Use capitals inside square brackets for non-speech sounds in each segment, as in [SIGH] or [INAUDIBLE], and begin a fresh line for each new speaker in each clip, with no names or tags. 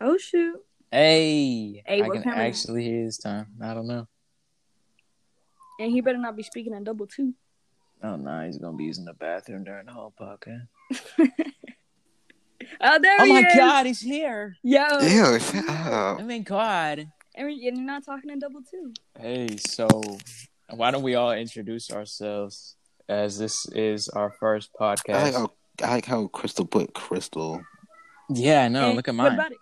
Oh shoot.
Hey,
Hey,
I
what
can
camera?
actually hear this time. I don't know.
And he better not be speaking in double too.
Oh no, he's gonna be using the bathroom during the whole podcast.
Oh, there
Oh
he
my
is.
god, he's here!
Yo.
Ew,
[LAUGHS]
shut up.
I mean, God.
And you're not talking in double too.
Hey, so why don't we all introduce ourselves? As this is our first
I
podcast.
like how I like how Crystal put Crystal.
yeah, no,
And
look at
What
mine.
about it?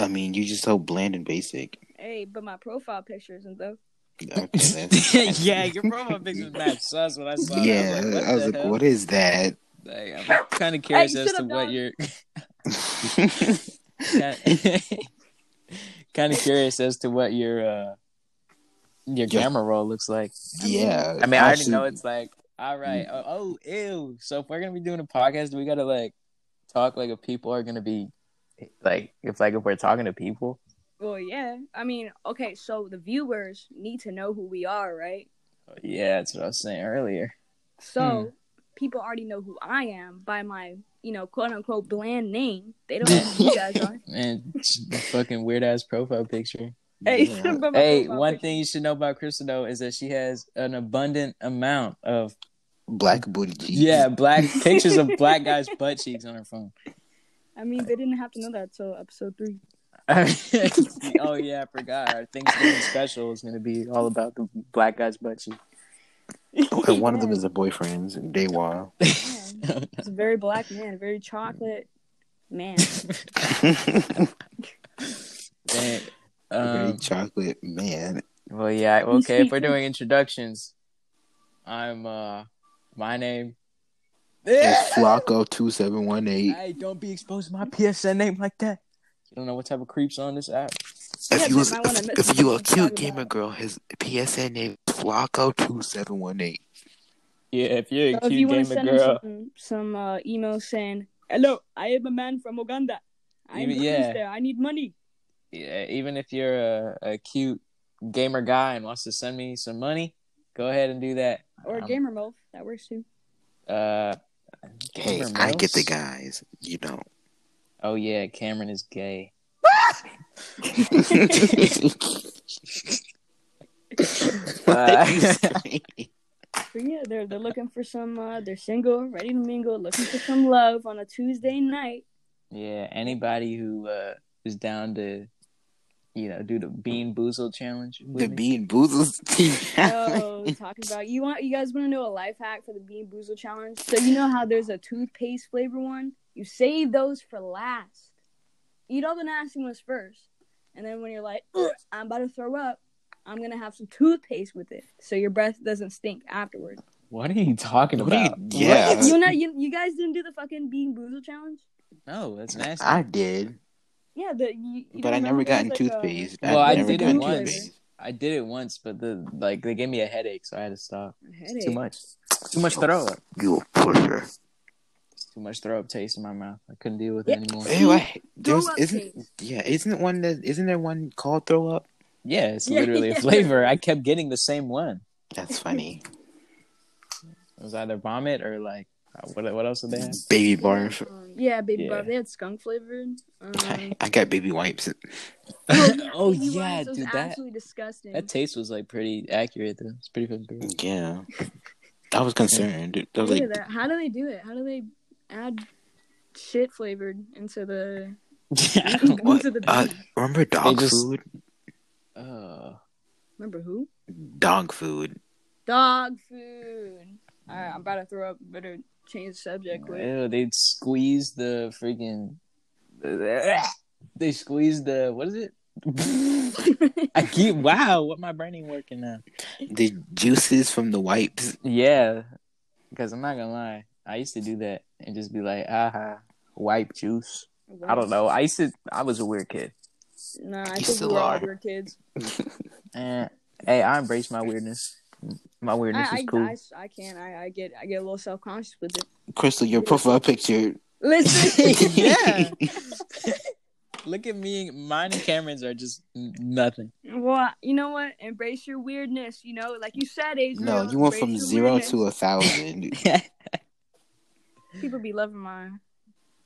I mean, you just so bland and basic.
Hey, but my profile picture isn't though. [LAUGHS]
Okay, that's-
[LAUGHS] yeah, your profile picture match. So that's uh, what I saw.
Yeah, I was
the
like,
hell?
what
[LAUGHS]
is that?
Like, I'm kind of curious
Hey,
as
shut
to
up,
what
dog.
your [LAUGHS] kind of curious as to what your uh your
Yeah.
camera roll looks like.
yeah.
I mean, I already
actually-
know it's like, all right, oh, oh, ew. So if we're gonna be doing a podcast, we gotta like talk like if people are gonna be like if like if we're talking to people.
Well, yeah. I mean, okay, so the viewers need to know who we are, right?
Yeah, that's what I was saying earlier. Hmm.
So people already know who I am by my, you know, quote unquote bland name. They
[LAUGHS]
don't know who you guys are.
And the fucking weird ass profile picture.
[LAUGHS] Hey,
yeah.
but my
Hey,
profile
one
picture-
thing you should know about Krista though is that she has an abundant amount [LAUGHS] of
Black booty cheeks. [LAUGHS]
yeah black pictures of black guys' butt cheeks on her phone.
I mean, they didn't have to know that till episode three.
[LAUGHS] oh yeah, I forgot. Our Thanksgiving special is gonna be all about the black guy's butt [LAUGHS] cheek.
Okay, one of them is a boyfriend's [LAUGHS] Daywa.
Yeah. It's a very black man, a very chocolate man.
[LAUGHS] Dang.
Very
Um,
chocolate man.
well, yeah. Okay, if we're doing introductions, I'm uh, my name.
It's Flocko two seven one eight.
Hey, don't be exposed to my PSN name like that. You don't know what type of creeps on this app.
Yeah,
If you
but
was
might wanna admit
if, if you a
something to talk
cute gamer
about.
girl, his PSN name is Flocko two seven one eight.
Yeah, if you're a
So if you
cute
want to
gamer
send us
girl,
some, some uh, emails saying, "Hello, I am a man from Uganda. I am
Even- yeah.
yeah. there. I need money."
yeah, even if you're a, a cute gamer guy and wants to send me some money, go ahead and do that.
Or
Um,
gamer mouth. That works too.
Uh,
Hey,
gamer
I get the
mouse?
guys. You don't.
Oh yeah, Cameron is gay.
So yeah, they're
[LAUGHS]
they're looking for some. Uh, they're single, ready to mingle, looking for some love on a Tuesday night.
Yeah, anybody who uh, is down to, you know, do the Bean Boozle challenge. With
the
me.
bean boozles. [LAUGHS]
Oh, talking about you want you guys want to know a life hack for the Bean Boozle challenge? So you know how there's a toothpaste flavor one. You save those for last. Eat all the nasty ones first, and then when you're like, "Ugh, I'm about to throw up, I'm gonna have some toothpaste with it, so your breath doesn't stink afterwards.
What are you talking
What are you-
about?
yeah.
What?
Uh,
you know, you, you guys didn't do the fucking Bean Boozle challenge.
No, that's nasty.
I did,
Yeah, the you, you
but I
don't
never
remember?
got in
There's, like, a-
toothpaste.
Well, I
never
did it
gotten
once.
toothpaste.
I did it once, but the like they gave me a headache, so I had to stop.
a
It's
headache.
too much. Too much throw up.
You a pusher.
It's too much throw up taste in my mouth. I couldn't deal with
Yeah.
it anymore.
Ew, I,
Throw
there's
up
isn't
taste.
yeah isn't one that isn't there one called throw up?
Yeah, it's
Yeah,
literally
yeah.
a flavor. I kept getting the same one.
That's funny.
It was either vomit or like uh, what? What else did they have?
baby barf.
Um, yeah, baby
Yeah.
barf. They had skunk flavored. Um,
I, I got baby wipes. [LAUGHS]
oh
baby
yeah,
wipes was
dude, that
absolutely disgusting.
that taste was like pretty accurate though. It's pretty fucking good.
Yeah, I was concerned. I was
Look
like,
at that. How do they do it? How do they add shit flavored into the
[LAUGHS]
[LAUGHS]
Yeah.
[LAUGHS] What?
into the
Uh,
bean?
remember dog
They just-
food?
Uh,
Remember who?
Dog food.
Dog food. All right, I'm about to throw up. Better change the subject quick.
ew, Oh, they'd squeeze the freaking. [LAUGHS] They squeeze the what is [LAUGHS] it?
[LAUGHS]
I keep wow, what my brain ain't working now.
The juices from the wipes.
Yeah, because I'm not gonna lie, I used to do that and just be like, aha, wipe juice. I don't know. I used to. I was a weird kid.
Nah, I
You
think we
still
were all
are.
weird kids.
And Eh, hey, I embrace my weirdness. My weirdness
I,
is
I,
cool.
I, I can't. I, I get I get a little self conscious with it.
Crystal, your profile picture. [LAUGHS]
Listen,
yeah. Look at me. Mine and Cameron's are just n-
[LAUGHS]
nothing.
well, you know what? Embrace your weirdness. You know, like you said, Adriel.
No, you went
embrace
from
your
zero
weirdness.
to a thousand.
People be loving my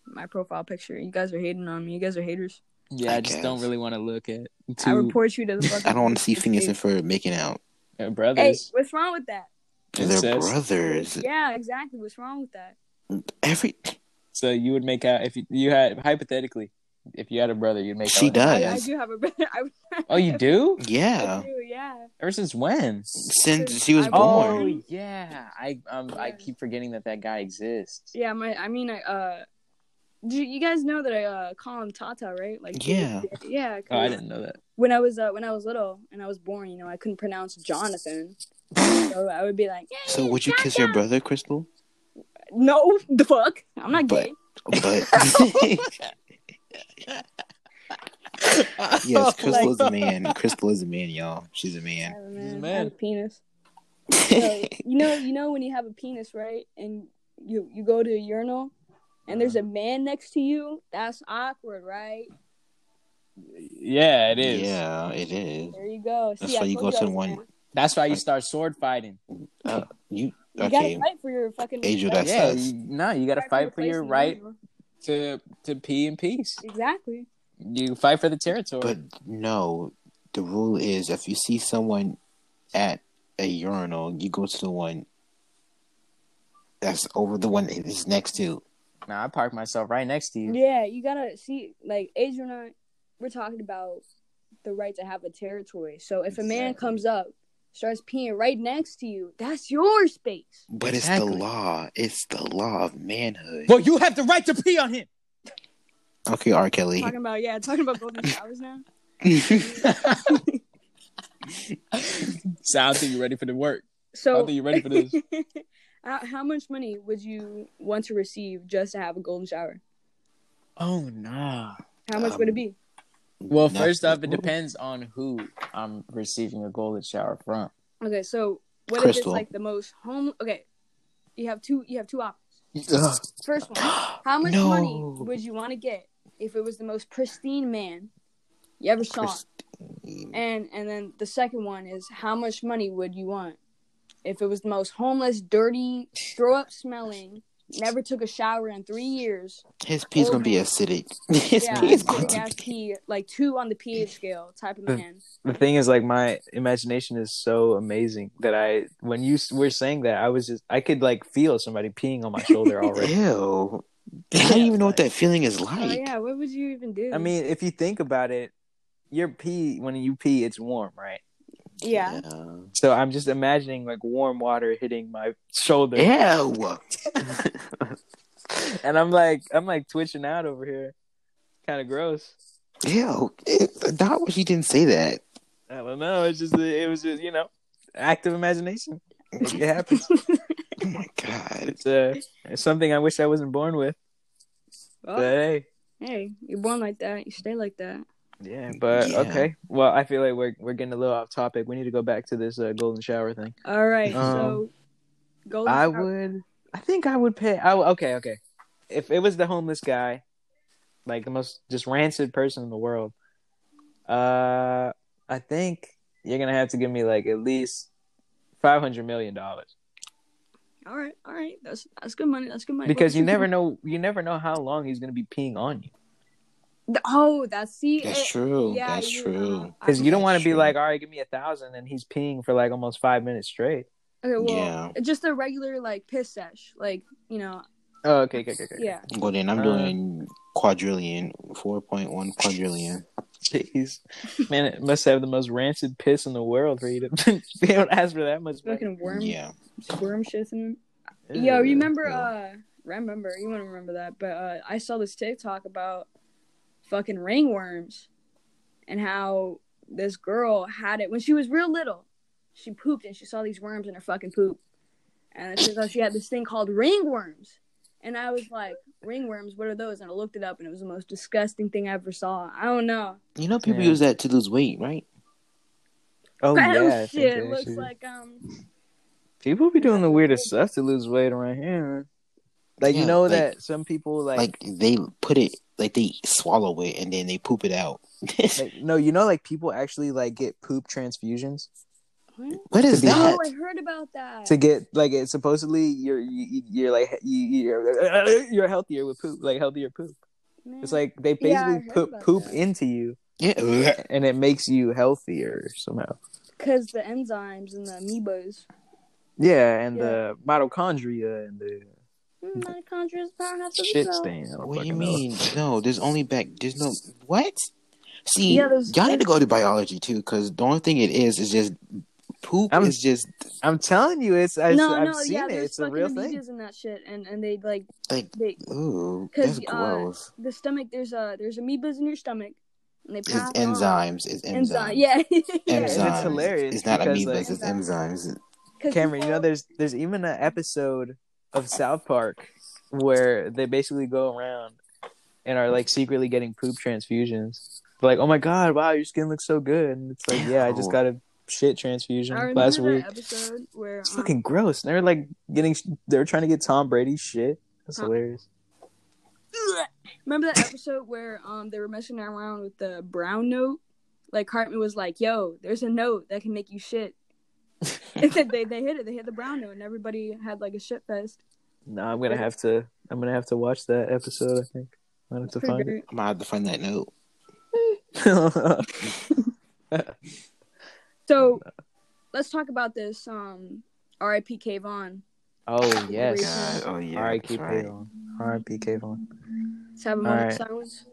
my profile picture. You guys are hating on me. You guys are haters.
Yeah, I,
I
just
guess.
don't really want to look at two
I report you to the fucking.
I don't want to see fingers and
police.
for making out.
uh,
Hey,
brothers.
what's wrong with that?
They're
Incest.
brothers.
Yeah, exactly. What's wrong with that?
Every
So you would make out if you, you had hypothetically, if you had a brother, you'd make out.
she
with him.
I, I
does.
do have a brother. [LAUGHS] I,
Oh, you do?
I
Yeah.
do, yeah.
Ever since when?
Since she was
I-
born.
Oh yeah, I um I keep forgetting that that guy exists.
Yeah, my I mean I uh do you guys know that I uh call him Tata, right? Like
Yeah.
Yeah, 'cause
Oh, I didn't know that.
when I was uh, when I was little and I was born, you know, I couldn't pronounce Jonathan. so I would be like, yeah,
So would you kiss your brother,
[LAUGHS]
Crystal?
No, the fuck. I'm not
But-
gay.
But [LAUGHS]
Oh
yes,
[LAUGHS]
Crystal is a man. Crystal is a man, y'all. She's a
I
man.
have a
He's
man. I
a
have
man.
a penis. So,
[LAUGHS]
you know, you know when you have a penis, right? And you you go to a urinal and there's a man next to you, that's awkward, right?
Yeah, it is.
[LAUGHS] Yeah, it is.
There you go.
That's
See, I
why you
told
go to
I was a
one-
man.
That's why you start sword fighting.
You
You
[LAUGHS] okay?
gotta fight for your fucking
Angel,
respect.
That's
yeah,
us.
you, no, you got to fight for
place
your
in the
right
urinal.
to to pee in peace.
Exactly.
You fight for the territory.
But no, the rule is if you see someone at a urinal, you go to the one that's over the one that is next to.
nah, I parked myself right next to you.
Yeah, you gotta see, like, Adrian and I, we're talking about the right to have a territory. So if a man
Exactly.
comes up, starts peeing right next to you, that's your
[LAUGHS]
space.
But it's
Exactly.
the law. It's the law of manhood.
Well, you have the right to pee on him.
[LAUGHS] Okay, R. Kelly.
Talking about, yeah, talking about golden showers now.
[LAUGHS]
so I don't think you're ready for the work. I
So,
don't think you're ready for this.
[LAUGHS] how, how much money would you want to receive just to have a golden shower?
[LAUGHS] oh nah.
How much would it
Um,
be?
Well,
Nothing.
first off, it depends on who I'm receiving a golden shower from.
Okay, so what if it's
Crystal.
like the most home? Okay, you have two. You have two options.
Ugh.
First one.
[GASPS]
How much
No.
money would you want to get if it was the most pristine man you ever saw?
Christine.
And and then the second one is how much money would you want if it was the most homeless, dirty, throw up smelling, never took a shower in three years?
[LAUGHS] His pee's gonna be acidic.
[LAUGHS]
His
Yeah,
pee's
big
going to
ass pee, like two on the pH scale type of
Mm.
man.
the thing is like my imagination is so amazing that i when you s- were saying that i was just i could like feel somebody peeing on my shoulder
be.
[LAUGHS] already
Ew. I don't even know what that feeling is like.
Oh yeah, what would you even do?
i mean if you think about it your pee when you pee it's warm right
yeah.
so i'm just imagining like warm water hitting my shoulder
Yeah. Ew.
and i'm like i'm like twitching out over here kind of gross
Ew. It, not what he didn't say that.
i don't know it's just it was just you know active imagination it, it happens
Oh my god.
it's, uh, it's something i wish i wasn't born with
Well,
but hey
hey, you're born like that. You stay like that.
Yeah, but
Yeah.
okay. Well, I feel like we're we're getting a little off topic. We need to go back to this uh, golden shower thing.
All right.
Um,
so, golden.
I
shower-
would. I think I would pay. I, okay, okay. If it was the homeless guy, like the most just rancid person in the world, uh, I think you're gonna have to give me like at least five hundred million dollars
All right. All right. That's that's good money. That's good money.
because you
What would
never know. You never know how long he's gonna be peeing on you.
The- Oh, that's see.
That's
it-
true.
yeah,
That's
you,
true.
uh,
Because you don't
That's
want to be
true.
like, all right, give me a thousand, and he's peeing for like almost five minutes straight.
Okay, well,
Yeah.
just a regular like piss sesh, like you know,
Oh, okay, okay, okay, okay.
yeah.
Well then I'm
Uh,
doing quadrillion, four point one quadrillion.
[LAUGHS] Jeez, man, it must have the most rancid piss in the world for you to. [LAUGHS] they don't ask for that much. money.
Fucking worm,
Yeah.
worm shits in
Ew.
them. Yo, remember?
yeah.
Uh, remember? You want to remember that? But uh, I saw this TikTok about fucking ringworms, and how this girl had it when she was real little. She pooped and she saw these worms in her fucking poop, and it turns out she had this thing called ringworms. And I was like, ringworms? What are those? And I looked it up, and it was the most disgusting thing I ever saw. I don't know.
You know people
Yeah.
use that to lose weight, right?
Oh
That
yeah, I think
shit
they
looks
should-
like um
people be doing the weirdest stuff to lose weight around here. man. Like
Yeah,
you know
like-
that some people like,
Like they put it like they swallow it and then they poop it out.
like- no, you know like people actually like get poop transfusions
what?
what is
To be-
that?
Oh, I heard about that.
to get like it's [LAUGHS] supposedly you're you, you're like you, you're you're healthier with poop, like healthier poop.
Man.
It's like they
Yeah, I
basically
heard
put
about
poop
that.
into you
Yeah.
and it makes you healthier somehow.
because the enzymes and the amoebas.
Yeah, and the mitochondria and the
Mm, Mitochondria don't have to
shit
know.
stain. I don't
What do you
fucking know.
mean? No, there's only back. There's no what? See,
Yeah, there's-
y'all need to go to biology too, because the only thing it is is just poop
I'm-
is just
I'm telling you, it's I,
no,
I've
no,
seen
yeah,
it.
there's
It's a
fucking
real thing.
amoebas and that shit, and and they like
like
they
ooh,
'Cause,
that's
uh,
gross.
the stomach. There's uh there's amoebas in your stomach, and they
It's
pass on-
enzymes. It's enzymes.
Enzyme, yeah, [LAUGHS] yeah.
it's
Enzymes.
hilarious
It's not
because,
amoebas.
like-
it's enzymes.
[LAUGHS] 'Cause
Cameron, you know
people-
there's there's even an episode of South Park where they basically go around and are like secretly getting poop transfusions. They're like, oh my god, wow, your skin looks so good. And it's like, yeah, I just
Oh.
got a shit transfusion
I remember
last
that
week.
episode where
It's
um,
fucking gross. And they're like getting, they were trying to get Tom Brady's shit. That's
Huh.
hilarious.
remember that episode where um they were messing around with the brown note. Like Hartman was like, "Yo, there's a note that can make you
[LAUGHS]
shit." And then they they hit it. They hit the brown note, and everybody had like a shit fest.
No, I'm gonna have to, I'm gonna have to watch that episode. I think I'm gonna have to
Pretty
find it.
great.
I'm gonna have to find that note.
So let's talk about this. Um, R.I.P. Kayvon.
[LAUGHS] oh yes.
God. Oh yeah.
All right,
that's
keep
right.
it on. All right, PK on.
Let's have a moment of
Alright.
silence.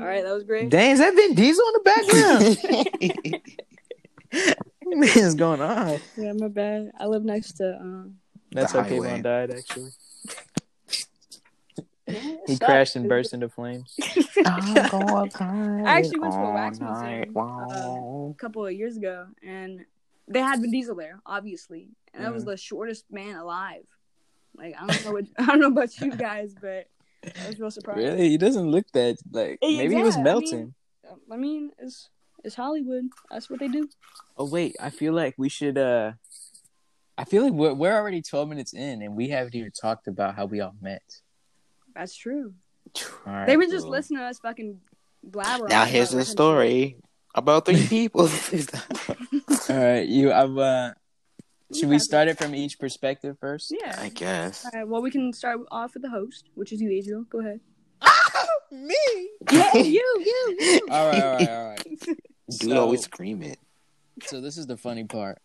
All right, that was great.
Dang, is that Vin Diesel in the [LAUGHS] background?
[LAUGHS]
what is going on?
Yeah, my bad. I live next to. Um,
That's
The
how
highway.
Kayvon died, actually. He crashed and burst
[LAUGHS]
into flames.
I'm going cry
I actually went to a
all
wax museum,
night
uh,
long.
a couple of years ago, and they had Vin Diesel there, obviously, and that was
Mm.
Mhm.
the shortest man alive. Like I don't know, what, [LAUGHS] I don't know about you guys, but I was real surprised.
Really? He doesn't look that like.
Eh,
Maybe he was
yeah, I
melting.
mean- I mean, it's it's Hollywood. That's what they do.
Oh wait, I feel like we should. uh I feel like we're, we're already twelve minutes in, and we haven't even talked about how we all met.
That's true.
All right.
They were just
cool.
listening to us fucking blabber.
Now
on
here's
about
the
random
story about [LAUGHS] three people.
all right. You. I've, uh,
shit.
should we start it from each perspective first?
Yeah.
I guess.
All right. Well, we can start off with the host, which is you, Adriel. Go ahead.
[LAUGHS] Me.
[LAUGHS] Yeah,
[LAUGHS]
you, [LAUGHS] you, you.
All right. All right. All right.
[LAUGHS]
Dude
So-
always scream it.
so this is the funny part.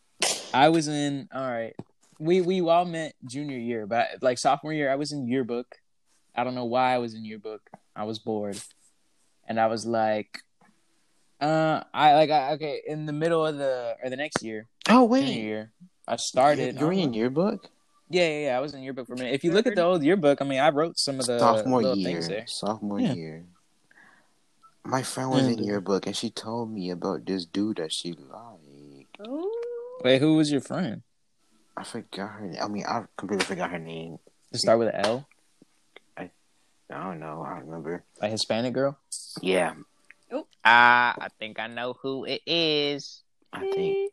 I was in all right. We we all met junior year, but like sophomore year, I was in yearbook. I don't know why I was in yearbook. I was bored, and I was like, uh, I like I, okay in the middle of the or the next year,
Oh
junior year, I started. uh,
You're
Uh,
in yearbook.
Yeah, yeah, yeah. I was in yearbook for a minute. If you look at the old yearbook, I mean, I wrote some of the
sophomore
little things
year.
there.
Sophomore
Yeah.
year. My friend was in
uh,
And-
yearbook, and she told me about this dude that she liked.
Oh.
Wait, who was your friend?
I forgot her. I mean, I completely forgot her name.
To start with an L,
I don't know. I remember.
a Hispanic girl.
Yeah,
Ah, I think I know who it is.
I think.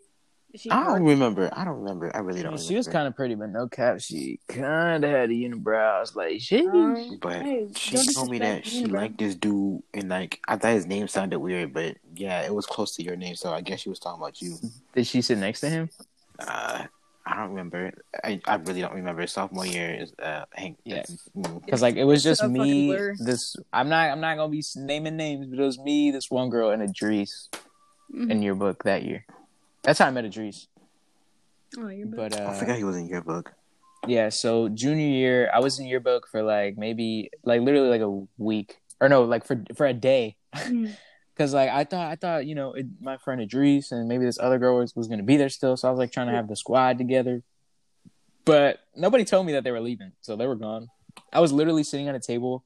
Is she
I
hot?
don't remember. I don't remember. I really
Yeah,
don't. Remember.
she was kind of pretty, but no cap. She kind of had a unibrow. I was like, shit.
Um,
But
Hey,
she
don't
told me
disrespect
that she
me, bro.
liked this dude, and like I thought his name sounded weird, but yeah, it was close to your name, so I guess she was talking about
[LAUGHS]
you.
Did she sit next to him?
Uh, I don't remember. I, I really don't remember. Sophomore year is uh, Hank.
Yeah.
mm.
Because like it was
It's
just
a fucking
me.
blur.
This I'm not. I'm not gonna be naming names, but it was me, this one girl, and Idris
Mm-hmm.
in your book that year. That's how I met Idris.
Oh, you're back.
But uh,
I forgot he was in your book.
Yeah, so junior year, I was in yearbook for like maybe like literally like a week or no, like for for a day.
[LAUGHS] Mm.
Cause like I thought, I thought you know it, my friend Idris and maybe this other girl was, was gonna be there still, so I was like trying to have the squad together. But nobody told me that they were leaving, so they were gone. I was literally sitting at a table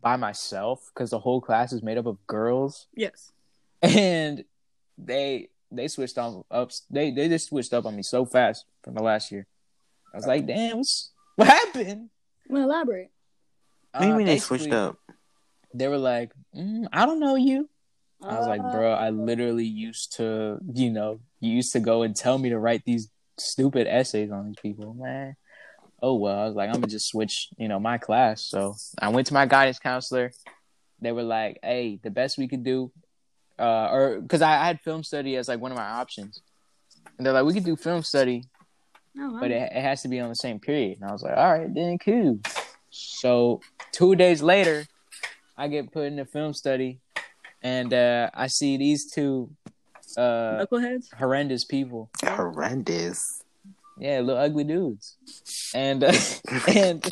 by myself because the whole class is made up of girls, [LAUGHS]
Yes.
and they they switched on up they they just switched up on me so fast from the last year. I was like, damn, what's, what happened?
I'm gonna elaborate.
What do you
Uh,
mean they switched
basically,
up?
They were like, mm, I don't know you. I was like,
Uh,
bro, I literally used to, you know, you used to go and tell me to write these stupid essays on these people, man. Oh well, I was like, I'm gonna just switch, you know, my class. So I went to my guidance counselor. They were like, hey, the best we could do, uh, or because I, I had film study as like one of my options, and they're like, we could do film study,
No,
but it, it has to be on the same period. And I was like, all right, then cool. So two days later, I get put in a film study, and uh, I see these two
Oh,
uh,
Knuckleheads.
horrendous people.
Horrendous.
Yeah, little ugly dudes, and uh, [LAUGHS] and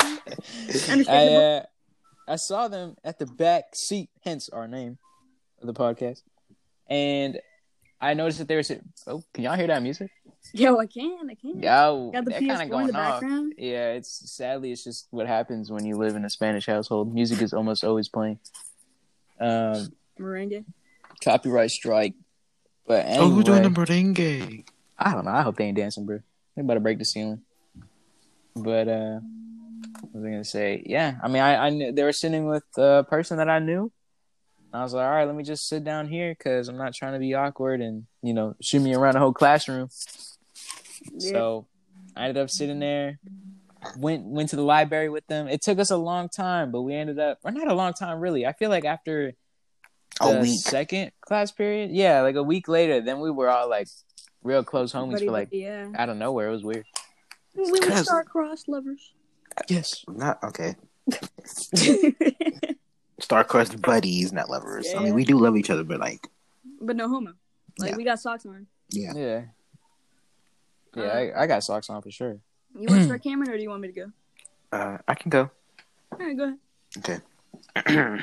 I
Understandable.
uh, I saw them at the back seat, hence our name of the podcast, and I noticed that they were sitting. Oh, can y'all hear that music?
Yo, I can. I can.
Yo,
Got the
that kind of
PS4 in
going
the
off.
background.
Yeah, it's sadly it's just what happens when you live in a Spanish household. Music is almost always playing. Um,
Merengue.
copyright strike. But anyway,
Oh, merengue?
I don't know. I hope they ain't dancing, bro. They about to break the ceiling. But uh, what was I gonna say? Yeah, I mean, I, I knew they were sitting with a person that I knew. I was like, all right, let me just sit down here because I'm not trying to be awkward and you know shoot me around the whole classroom.
Yeah.
So I ended up sitting there. Went went to the library with them. It took us a long time, but we ended up or not a long time really. I feel like after the
A week.
second class period, yeah, like a week later, then we were all like real close homies
Buddy,
for like
buddy, yeah.
out of nowhere. It was weird.
We were
Cause-
star-crossed [LAUGHS] lovers.
Yes.
Not okay.
but
Star-crossed buddies, not lovers. I
Yeah.
mean, we do love each other, but like,
no homo. Like
Yeah.
we got socks on.
yeah.
Yeah. Yeah, I, I got socks on for sure. [CLEARS THROAT]
You want to start, Cameron, or do you want me to go?
Uh, I can go.
All right, go ahead.
[CLEARS THROAT] Okay.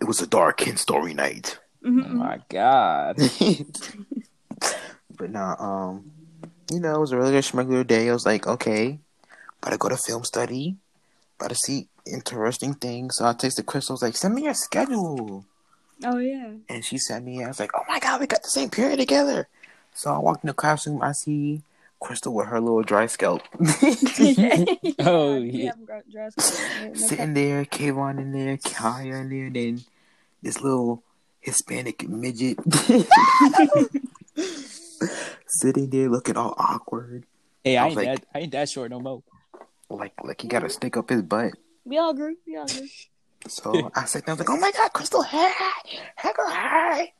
it was a dark and stormy night. [LAUGHS]
Oh
Mm-hmm.
my god.
but nah, um, you know, it was a really schmegular day. I was like, okay, about to go to film study, about to see interesting things. So I text the crystals like, send me your schedule.
Oh
[LAUGHS]
yeah. [LAUGHS]
And she sent me, I was like, oh my god, we got the same period together. So I walked in the classroom, I see Crystal with her little dry scalp. [LAUGHS]
Oh,
We
yeah.
haven't got dry skin. No
Sitting there, Kayvon in there, Kaya in there, then this little Hispanic midget [LAUGHS] sitting there looking all awkward,
Hey, I
I
ain't
was like-
that I ain't that short no more.
like like he got a stick up his butt.
We all grew. We all grew.
So I sat down, I was like, oh my god, Crystal, hi, Heckle, hi.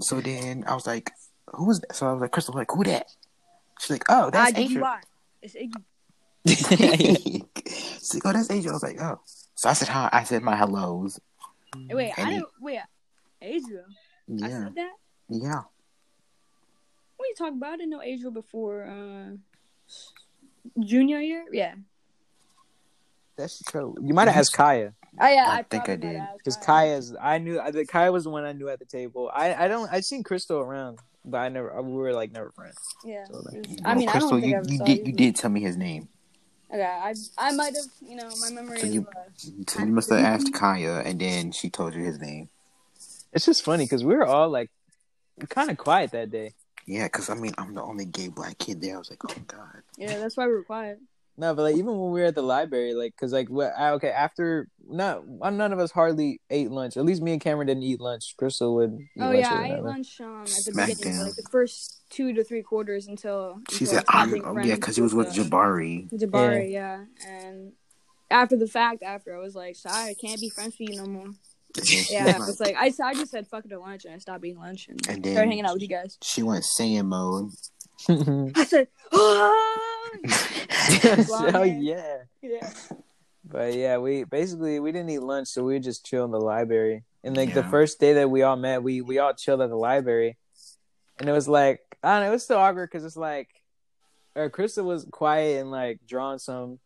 so then I was like, who was that? So I was like, Crystal, like, who that? She's like, oh,
I
that's
did [LAUGHS]
Angel.
It's Iggy.
[LAUGHS] She's like, oh, that's Angel. I was like, oh. So I said hi. I said my hellos.
Hey, Wait, I
And he-
didn't. Wait, Adriel. I
Yeah,
said that.
yeah.
What are you talking about? I didn't know Adriel before uh, junior year. Yeah.
That's true. [LAUGHS] You might have asked Kaya
Oh yeah,
I
I,
think
probably
I
might
did.
ask.
because
Why.
Kaya's I knew I, think Kaya was the one I knew at the table. I I don't I've seen Crystal around, but I never uh, we were like never friends.
Yeah.
So, like,
it was-
Well,
I mean,
Crystal,
I don't think
you,
I ever
you
saw
did
you.
you did tell me his name.
Okay, I I might have. You know, my memory
So
is.
you-
uh,
So you must have
Mm-hmm.
asked Kaya, and then she told you his name.
It's just funny because we were all like kind of quiet that day.
Yeah, because I mean, I'm the only gay black kid there. I was like, oh god.
Yeah, that's why we were quiet.
No, but like even when we were at the library, like, cause like what? I, okay, after not uh, none of us hardly ate lunch. At least me and Cameron didn't eat lunch. Crystal would. Eat
Oh
lunch
yeah,
or
I ate
whatever.
lunch um, at the
Smack
beginning,
down.
like the first two to three quarters until.
She
until I
said,
stopped
I'm,
being
oh,
friends
yeah, because he was with
uh,
Jabari.
Jabari, yeah. And after the fact, after I was like, sorry, I can't be friends with you no more. Yeah, I was like, I, I just said fuck it to lunch and I stopped eating lunch and,
And
started
then-
hanging out with you guys.
She went singing mode. [LAUGHS]
[LAUGHS]
I said, [LAUGHS] ah! Blonde
oh
hair.
yeah,
yeah.
but yeah, we basically we didn't eat lunch, so we would just chill in the library. And like the
Yeah.
first day that we all met, we we all chilled at the library, and it was like I don't know, it was so awkward because it's like, or Crystal was quiet and like drawing some,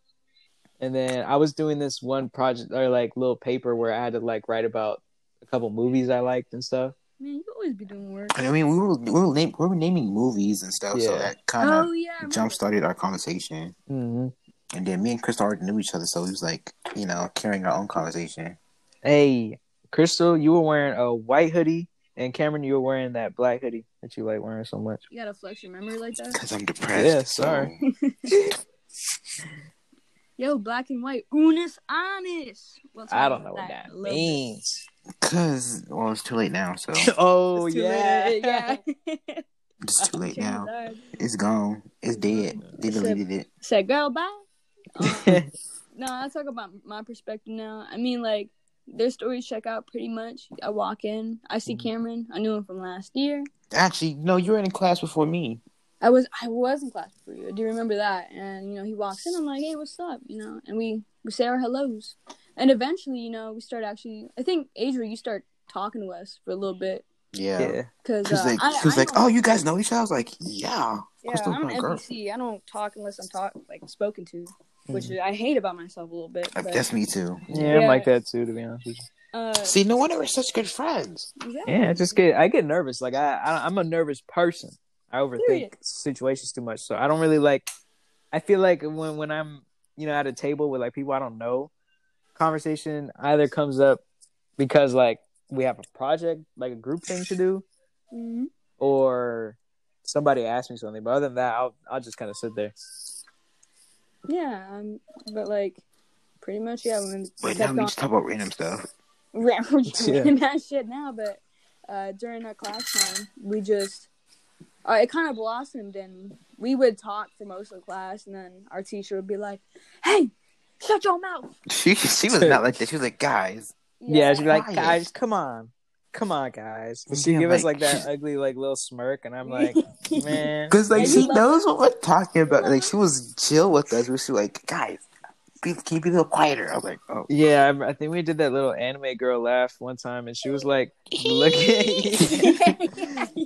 and then I was doing this one project or like little paper where I had to like write about a couple movies I liked and stuff.
Man, you always be doing work.
And I mean, we were we were, name, we were naming movies and stuff, so
Yeah.
that kind of
Oh, yeah. I remember.
jump started our conversation.
Mm-hmm.
And then me and Crystal already knew each other, so it was like, you know, carrying our own conversation.
Hey, Crystal, you were wearing a white hoodie, and Cameron, you were wearing that black hoodie that you like wearing so much.
You gotta flex your memory like that.
Because I'm depressed.
Yeah,
so-
sorry.
Yo, black and white. Unis honest. We'll talk
I don't
about
know what that,
a little bit.
means.
Because, well, it's too late now,
[LAUGHS]
so.
oh
It's too late. [LAUGHS]
[LAUGHS]
Yeah.
It's too late now.
Chances are.
It's gone. It's dead. They
Said-
deleted it.
Said, girl, bye. Um,
[LAUGHS]
No, I talk about my perspective now. I mean, like their stories check out pretty much. I walk in, I see
Mhm.
Mm-hmm.
Cameron. I knew him from last year.
Actually, no, you were in class before me.
I was I was in class before you. I do remember that. And you know, he walks in. I'm like, hey, what's up? You know, and we we say our hellos. And eventually, you know, we start actually. I think Adriel, you start talking to us for a little bit
Yeah.
Yeah.
because
Cause
uh,
like,
I,
cause
I
like,
don't-
oh, you guys know each other. I was like, yeah.
yeah,
Crystal
I'm an
Parker.
NPC. I don't talk unless I'm talk like spoken to, which
Mm-hmm.
I hate about myself a little bit.
Like,
but,
That's me too.
Yeah, I'm
Yeah.
like that too, to be honest with you.
uh,
See, no wonder we're such good friends.
yeah.
Yeah, I just get I get nervous. Like I, I I'm a nervous person. I overthink
Period.
situations too much, so I don't really like. I feel like when when I'm you know at a table with like people I don't know, conversation either comes up because like we have a project like a group thing to do,
Mhm.
or somebody asked me something. But other than that, I'll I'll just kind of sit there.
Yeah, um, but like, pretty much, yeah. When
But
kept
now we
on-
just talk about random stuff.
[LAUGHS]
[LAUGHS]
we're
Yeah.
doing that shit now, but uh, during our class time, we just uh, it kind of blossomed, and we would talk for most of the class, and then our teacher would be like, "Hey, shut your mouth."
She she was not like that. She was like, guys.
Yeah, she'd be like,
Quiet.
guys, come on, come on, guys. But she
Yeah,
give us
like-
like
[LAUGHS]
that ugly like little smirk, and I'm like, man,
Cause like
Yeah, you
she
love
knows what we're talking about. Like
[LAUGHS]
she was chill with us. We was like, guys, be, can you be a little quieter? I was like, oh.
[LAUGHS] Yeah, I, I think we did that little anime girl laugh one time, and she was like,
[LAUGHS]
looking,
yeah, yeah, [LAUGHS] yeah.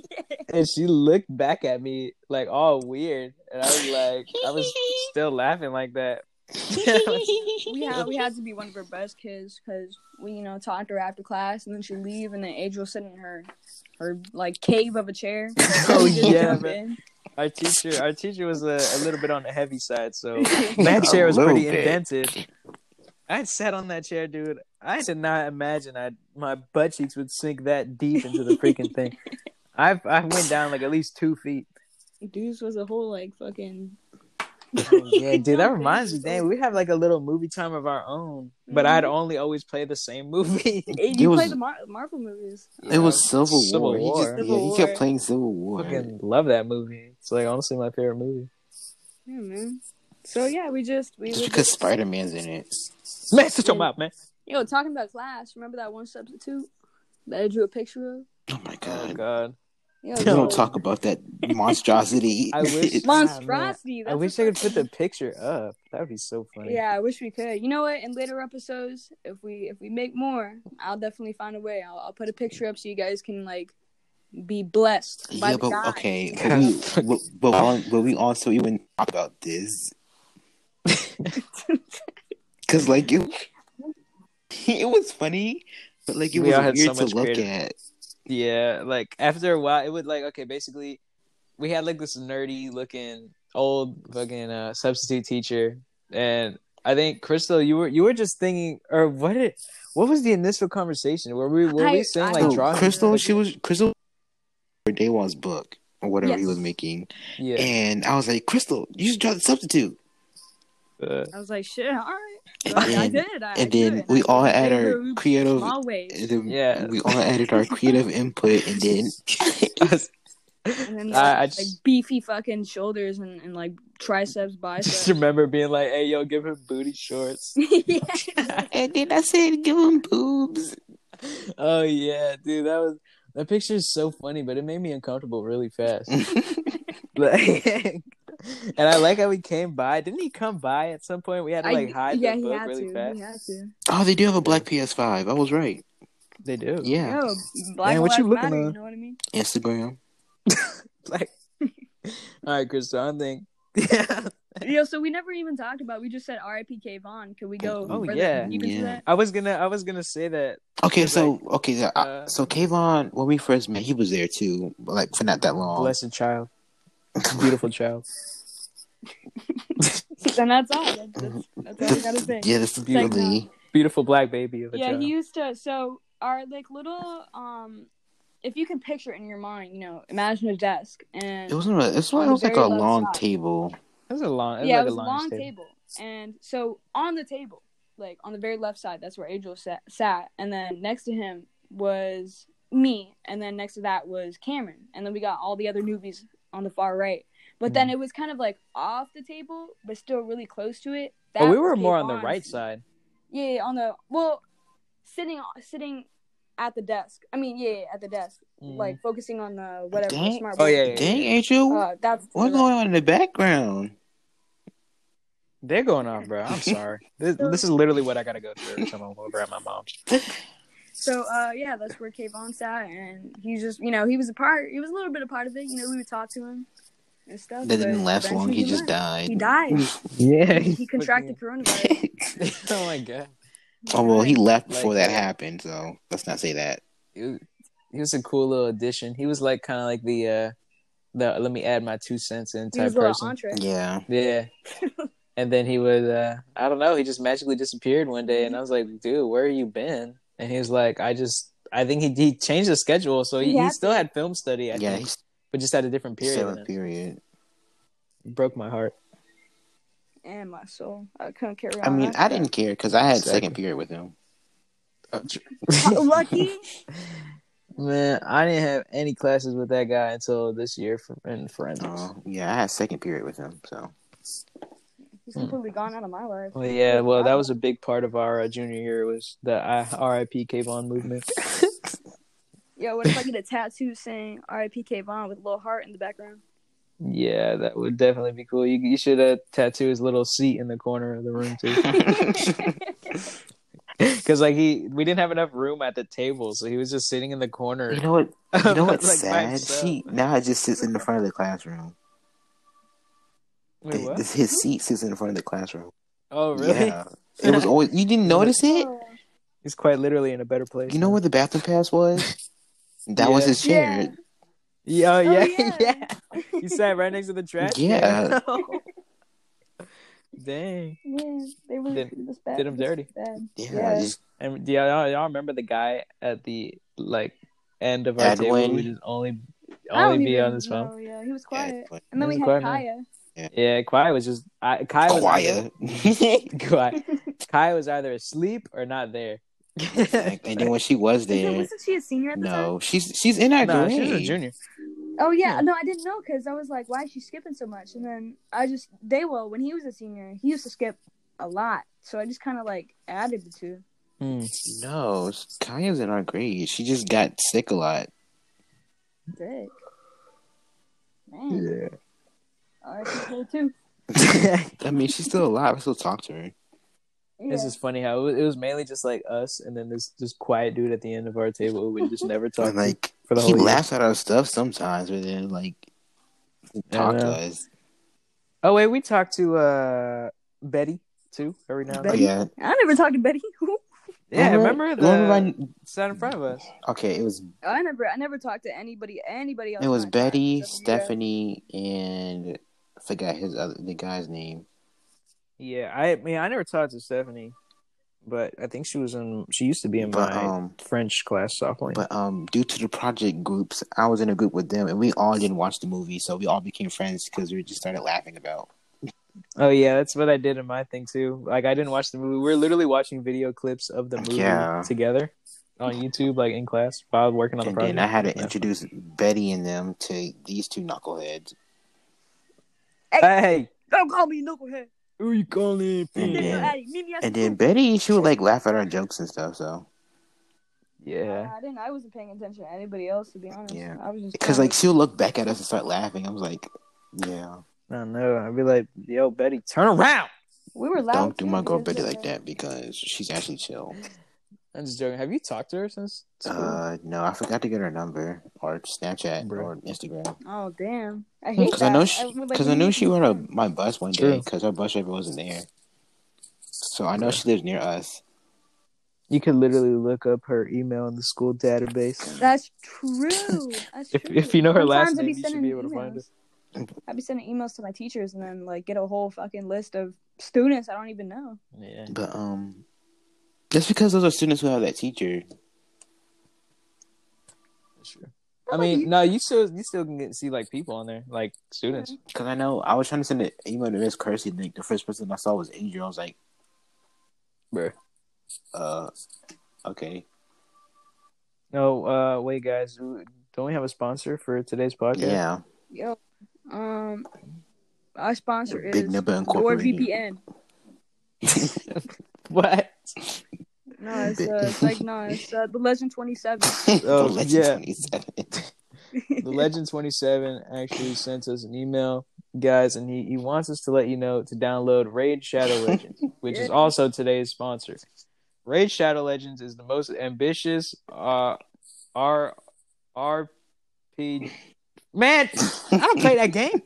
and she looked back at me like all weird, and I was like, [LAUGHS] I was [LAUGHS] still laughing like that.
We had we had to be one of her best kids because we you know talked to her after class, and then she'd leave, and then Adriel was sitting in her her like cave of a chair.
Oh,
We just
yeah,
jump
man.
in.
our teacher, our teacher was a, a little bit on the heavy side, so
[LAUGHS] A
that chair was pretty
little bit.
indented. I sat on that chair, dude. I did not imagine I my butt cheeks would sink that deep into the freaking
[LAUGHS]
thing. I I went down like at least two feet.
Deuce was a whole like fucking.
yeah, dude, that reminds
[LAUGHS]
me. Damn, we have like a little movie time of our own, but
Mm-hmm.
I'd only always play the same movie. [LAUGHS]
It,
It
you
was-
play the Mar- Marvel movies.
It was Civil,
Civil
War. He
War.
just
Civil
yeah, he
War.
kept playing Civil
I
War.
fucking love that movie. It's like honestly my favorite movie.
Yeah, man. So yeah, we just we
Just
would
because
just,
Spider Man's in it.
Man, sit your
Yeah.
mouth, man.
yo talking about class. Remember that one substitute that I drew a picture of?
Oh my
Oh
god.
god,
Yo,
We
no.
don't talk about that monstrosity.
I
[LAUGHS]
wish.
monstrosity.
I
that's
wish
what
I could
fucking-
put the picture up. That would be so funny.
Yeah, I wish we could. You know what? In later episodes, if we if we make more, I'll definitely find a way. I'll, I'll put a picture up so you guys can like be blessed by
yeah,
the
but
God.
okay, but we, but, but, on, but we also even talk about
[LAUGHS]
this because like it, it was funny, but like it
We all had
was
so
weird to
much
look
creative-
at.
Yeah, like after a while, it would like okay, basically, we had like this nerdy looking old fucking uh, substitute teacher, and I think Crystal, you were you were just thinking, or what did what was the initial conversation? Were we were
I-
we saying
I-
like
No,
drawing?
Oh, Crystal, she was Crystal for Day One's book or whatever he
Yes.
was making,
yeah.
and I was like, Crystal, you should draw the substitute. [LAUGHS]
uh,
I was like, shit, all right. So I- [LAUGHS] I
And-
did. I, I
and then
did.
we all
I
had our
drew
creative-
small ways.
And then
Yeah.
we all added our creative input, and then
And then
I-
he had,
I
like
just-
beefy fucking shoulders and, and like triceps, biceps. [LAUGHS]
just [LAUGHS] remember being like, "Hey, yo, give her booty shorts." [LAUGHS]
yeah.
and then I said, give him boobs.
oh yeah, dude, that was that picture is so funny, but it made me uncomfortable really fast. Like, [LAUGHS] and I like how he came by. Didn't he come by at some point? We had to like
I-
hide
yeah,
the
he
book
had
really
to.
fast.
He had to.
[LAUGHS] oh, they do have a black PS5. I was right.
They do.
Yeah,
Yo, black
Man, what
lives
you looking
matter,
at?
You know what I mean?
Instagram.
Like, all right, Crystal. I don't think. [LAUGHS] Yeah.
Yo, so we never even talked about. We just said R.I.P. Kayvon. Could we go?
Oh,
further
yeah.
Deep into
Yeah.
that? [LAUGHS]
I was gonna. I was gonna say that.
Okay,
Like,
so okay, yeah, I-
uh,
so Kayvon, when we first met, he was there too, but, like for not that long.
Blessed child. Beautiful child.
then that's all. That's, that's, that's all we gotta say.
yeah, this is
Like,
really
Beautiful black baby of a
yeah
child.
he used to so our like little um if you can picture it in your mind you know imagine a desk and
it wasn't. Really, it's
On
like,
the
it was like a
very left
long
side.
table.
It was a long. It was
yeah
like
it was
a long, table.
table. and so on the table like on the very left side that's where Adriel sat, sat and then next to him was me and then next to that was Cameron and then we got all the other newbies on the far right but
Hmm.
then it was kind of like off the table but still really close to it
Oh, we
That
were
was
more on the
Kayvon's
right
seat.
side.
Yeah, yeah, on the well, sitting sitting at the desk. I mean, yeah, at the desk,
Mm.
like focusing on the whatever the
Dang.
smart.
Oh,
board.
yeah, yeah.
Dang, Angel,
Uh, that's
what's going on in the background?
Mm. They're going off, bro.
[LAUGHS]
I'm sorry. this, this is literally what I gotta go through every time I'm over at my mom's.
So uh, yeah, that's where Kayvon's at, and he's just you know he was a part, he was a little bit a part of it. You know, we would talk to him and stuff.
That
but
didn't last long.
eventually
He just
He
[LAUGHS]
died.
died.
Yeah.
He contracted coronavirus.
oh my god.
[LAUGHS] oh well, he left before
Like,
that
uh,
happened. So let's not say that.
He was, he was a cool little addition. He was like kind of like the uh the let me add my two cents in
He was a
type
little
person.
entree.
Yeah.
Yeah.
[LAUGHS]
and then he was uh I don't know, he just magically disappeared one day and I was like, dude, where you been? And he was like, I just I think he he changed the schedule, so he,
He
he,
had
still had film study, I
Yeah,
think,
he's
but just at a different period.
still
and
a
it
period.
broke my heart.
and my soul. I couldn't carry on.
I mean, I didn't care because I had
Exactly. Oh,
second period with him. [LAUGHS]
Uh, lucky.
Man, I didn't have any classes with that guy until this year for, in forensics.
Oh, yeah, I had second period with him.
[LAUGHS]
So
He's
Hmm.
completely gone out of my life.
Well, yeah, well, that was a big part of our uh, junior year was the uh, I, RIP Kayvon
[LAUGHS]
movement.
Yo, what if I get a tattoo saying "R.I.P. Kayvon" with a little heart in the
[LAUGHS]
background?
yeah, that would definitely be cool. You, you should uh, tattoo his little seat in the corner of the room
[LAUGHS]
too,
Oh,
because like he, we didn't have enough room at the table, so he was just sitting in the corner. [LAUGHS]
you know what? You know what's
Like, by
sad?
himself.
She now just sits in the front of the classroom.
Wait,
The-
what?
this- His seat sits in the front of the classroom.
Oh, really?
Yeah. It
[LAUGHS]
was always you didn't notice it.
Oh.
He's quite literally in a better place.
You know where the bathroom
[LAUGHS]
pass was? That was
Yeah.
his chair.
[LAUGHS] Yeah, oh,
[LAUGHS] Oh,
yeah,
yeah.
yeah.
[LAUGHS]
He sat right next to the trash.
Yeah.
can.
[LAUGHS]
[LAUGHS] Dang.
Yeah, they were
Did-
this bad.
did him
this
dirty.
bad.
Yeah,
Yeah.
just
And do y'all, y'all remember the guy at the like end of our table
Edwin.
who would just only
I don't
only be
even
on his phone?
know, Yeah, he was
yeah,
quiet.
but-
And then we
He
had
was quiet, man.
Kaya.
Yeah, Kai was just I, Kai
quiet. [LAUGHS]
[LAUGHS] was Kai, Kai was either asleep or not [LAUGHS] there.
and then when she was
Is it-
there,
wasn't she a senior at the time?
no, she's she's in our
no,
grade.
she's a junior.
Oh yeah,
Yeah.
no, I didn't know because I was like, why is she skipping so much? And then I just Daywell, when he was a senior, he used to skip a lot, so I just kind of like added the two.
Hmm.
No, Kaya's in our grade. She just got sick a lot.
Dick. Man, all right, she's cool too.
[LAUGHS] I mean, she's still alive. I still talk to her.
Yeah.
It's just funny how it was, it was mainly just like us, and then this this quiet dude at the end of our table who we just [LAUGHS] never talked
And, like
to oh, for the
he
whole year.
laughs at our stuff sometimes, but then like he
I
talk to
know.
us.
Oh wait, we talked to uh Betty too every now and
Oh,
then.
Betty?
yeah,
I never talked to Betty. [LAUGHS]
Oh,
Yeah, remember, the
remember
sat in front of us.
I- okay, it was
I never, I never talked to anybody, anybody else.
it was
in my class
Betty,
except for you guys.
Stephanie, and I forgot his other the guy's name.
Yeah, I mean, I never talked to Stephanie, but I think she was in. She used to be in
But
my
um,
French class sophomore. year.
but um, due to the project groups, I was in a group with them, and we all didn't watch the movie, so we all became friends because we just started laughing about.
oh yeah, that's what I did in my thing too. Like I didn't watch the movie. We are literally watching video clips of the movie
Yeah.
together on YouTube, like in class while working on the
And
project.
then I had to
Yeah.
introduce Betty and them to these two knuckleheads.
Hey,
Don't call me knucklehead.
who you calling?
Little
And then-
Yeah.
Addy, meet me at
And
the
then
pool.
Betty, she would like laugh at our jokes and stuff. So,
yeah.
I didn't. I wasn't paying attention to anybody else, to be honest.
Yeah.
I was just
because
kinda-
like she would look back at us and start laughing. I was like, yeah,
I don't know. I'd be like, yo, Betty, turn around.
we were loud.
don't do
too,
my girl
because,
Betty
uh,
like that because she's actually chill.
I'm just joking. Have you talked to her since? school?
Uh, no, I forgot to get her number or Snapchat
Bruh.
or Instagram
Oh damn! I hate
because Hmm. I know
that.
she
would, like,
because I
leave
knew she
the
went on
room.
my bus one day
True.
because our bus driver wasn't there. So I know
Yeah.
she lives near us.
You could literally look up her email in the school database.
That's
[LAUGHS]
true. That's
If-
true.
if you know her last
Sometimes I'd
name, you should
sending
be able to find
emails.
[LAUGHS]
I'd be sending emails to my teachers and then like get a whole fucking list of students I don't even know.
Yeah.
But um, that's because those are students who have that teacher.
Sure.
Oh,
I
you-
mean, no, you still you still can get, see like people on there, like students.
Because I know I was trying to send an email to Miss Kersey. Like the first person I saw was Angel. I was like,
Bruh.
uh, okay.
No, uh, wait, guys, w- don't we have a sponsor for today's podcast?
Yeah,
Yo, um, our sponsor
Big
is
Nipper Incorporated.
NordVPN.
What?
No, it's, uh, it's like no, it's uh, the Legend Twenty
[LAUGHS]
Seven.
Oh,
The Legend
yeah.
[LAUGHS] 27.
[LAUGHS]
the legend 27 actually sent us an email guys and he, he wants us to let you know to download raid shadow legends which is
Yeah.
also today's sponsor raid shadow legends is the most ambitious uh r r p man i'll play that game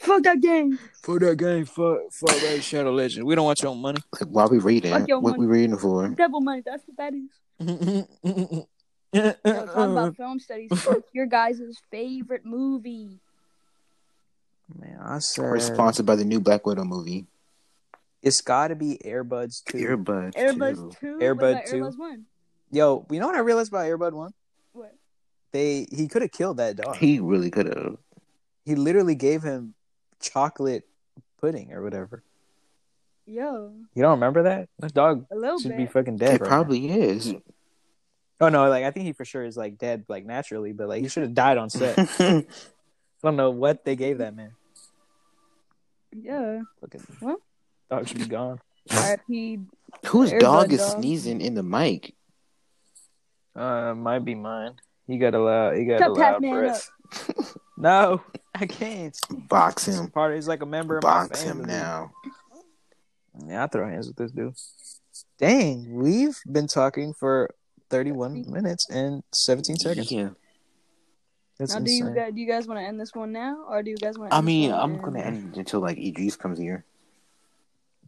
Fuck that game.
[LAUGHS] for that game for for raid shadow legends we don't want your money
Like, why we reading?
Fuck your
What we reading for?
Devil money. That's what that is. Yo, talk
[LAUGHS]
about film studies. What's your guys' favorite movie?
[LAUGHS] man i said
We're sponsored by the new Black Widow movie.
it's gotta be airbuds too
Earbud. too.
Airbus Two.
Airbud
what about
Two.
Airbus One.
Yo, you know what I realized about Airbud One?
What?
They he could have killed that dog. He,
He really could have.
literally gave him chocolate pudding or whatever.
Yo,
You don't remember that? That dog
a little
should
bit.
be fucking dead.
It
right
probably is.
now. Oh no, like I think he for sure is like dead, like naturally, but like he should have died on
[LAUGHS]
set. I don't know what they gave that man.
yeah.
[LAUGHS] Fucking
What?
dog should be gone.
R.I.P.
Whose
Airbud
dog is
dog.
sneezing in the mic?
Uh, might be mine. He got a loud. He got
Shut
a
that
loud
man
breath. [LAUGHS] no, I can't.
Box
He's
him.
part. He's like a member of my
Box
family.
him now.
Yeah, I throw hands with this dude. Dang, we've been talking for 31 minutes and 17 seconds.
Yeah.
That's
Now, do you
insane.
guys, do you guys want to end this one now, or do you guys want?
I mean, I'm gonna end it until like Idris comes here.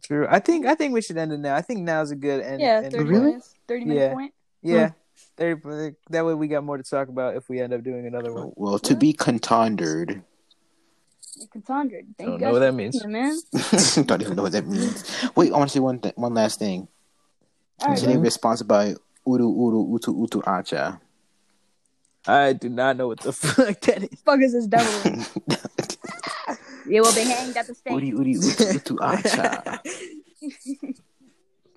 True. I think I think we should end it now. I think now's a good end.
Yeah, Hmm.
end
thirty
Really?
minutes. Thirty minute
Yeah.
point.
Yeah. 30 that way we got more to talk about if we end up doing another one.
Well, to be contondered. [LAUGHS]
Cassandra,
I
thank you
don't
guys.
know [LAUGHS] what that
for
means.
listening, man.
Don't even know what that means. Wait, I want to say one th- one last thing.
All right,
Today
guys.
we're sponsored by Uru Uru Utu Utu Acha.
[LAUGHS] I do not know what the [LAUGHS] fuck that is.
fuck is this devil?
[LAUGHS]
you will be hanged at the stake.
Uri Uri Utu
[LAUGHS]
Utu
[LAUGHS]
Acha.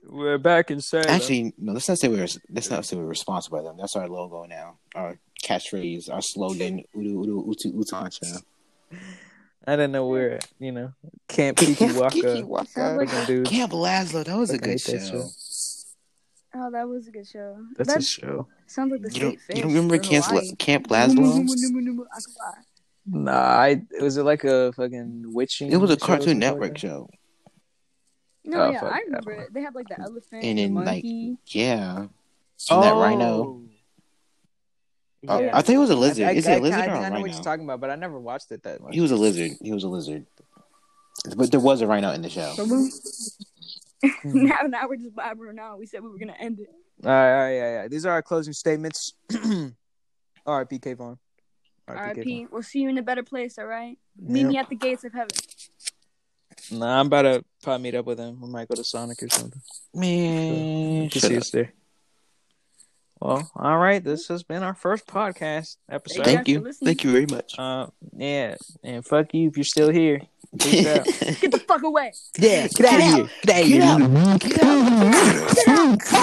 We're back in Sarah.
Actually, no. Let's not say we're let's not say we're sponsored by them. That's our logo now. Our catchphrase, our slogan, Uru Uru Utu Utu Acha.
I didn't know where, you know, Camp Kiki
[LAUGHS]
Waka.
Sounds like-
fucking dude.
Camp Lazlo, that was a
Fucking
good
hate that
show.
Oh, that was a good show.
That's
that
a show.
sounds like the
You don't,
state
you
fair.
don't remember
for
Camp, La-
Hawaii.
Camp Lazlo?
Nah, I, was it like a fucking witching?
It was a
show or something
Cartoon
like
Network
that?
show.
No,
Oh,
yeah,
fuck,
I
I
remember
don't know.
it. They had like the elephant
And
and,
then,
the
like-
monkey.
Yeah. And that rhino.
Oh, Yeah.
Oh, I think it was a lizard.
I,
Is it
I-
a lizard
I,
or
think I
a
know what you're
rhino?
talking about, but I never watched it that much.
He was a lizard. He was a lizard. But there was a rhino in the show.
Remove- [LAUGHS] now, now we're just blabbering out. We said we were gonna end it.
all right, all right, yeah, yeah. These are our closing statements. [CLEARS THROAT] R.I.P. Kayvon.
R.I.P. We'll see you in a better place. All right.
Kayvon.
Meet me at the gates of heaven.
Nah, I'm about to probably meet up with him. We might go to Sonic or something.
Man,
Just
shut
see
up.
us there. Well, all right. This has been our first podcast episode.
Thank
Thank you.
Listen.
Thank you very much.
Uh, yeah, and fuck you if you're still here.
[LAUGHS]
Peace out.
Get the fuck away.
Yeah, get out of here. Get out of here.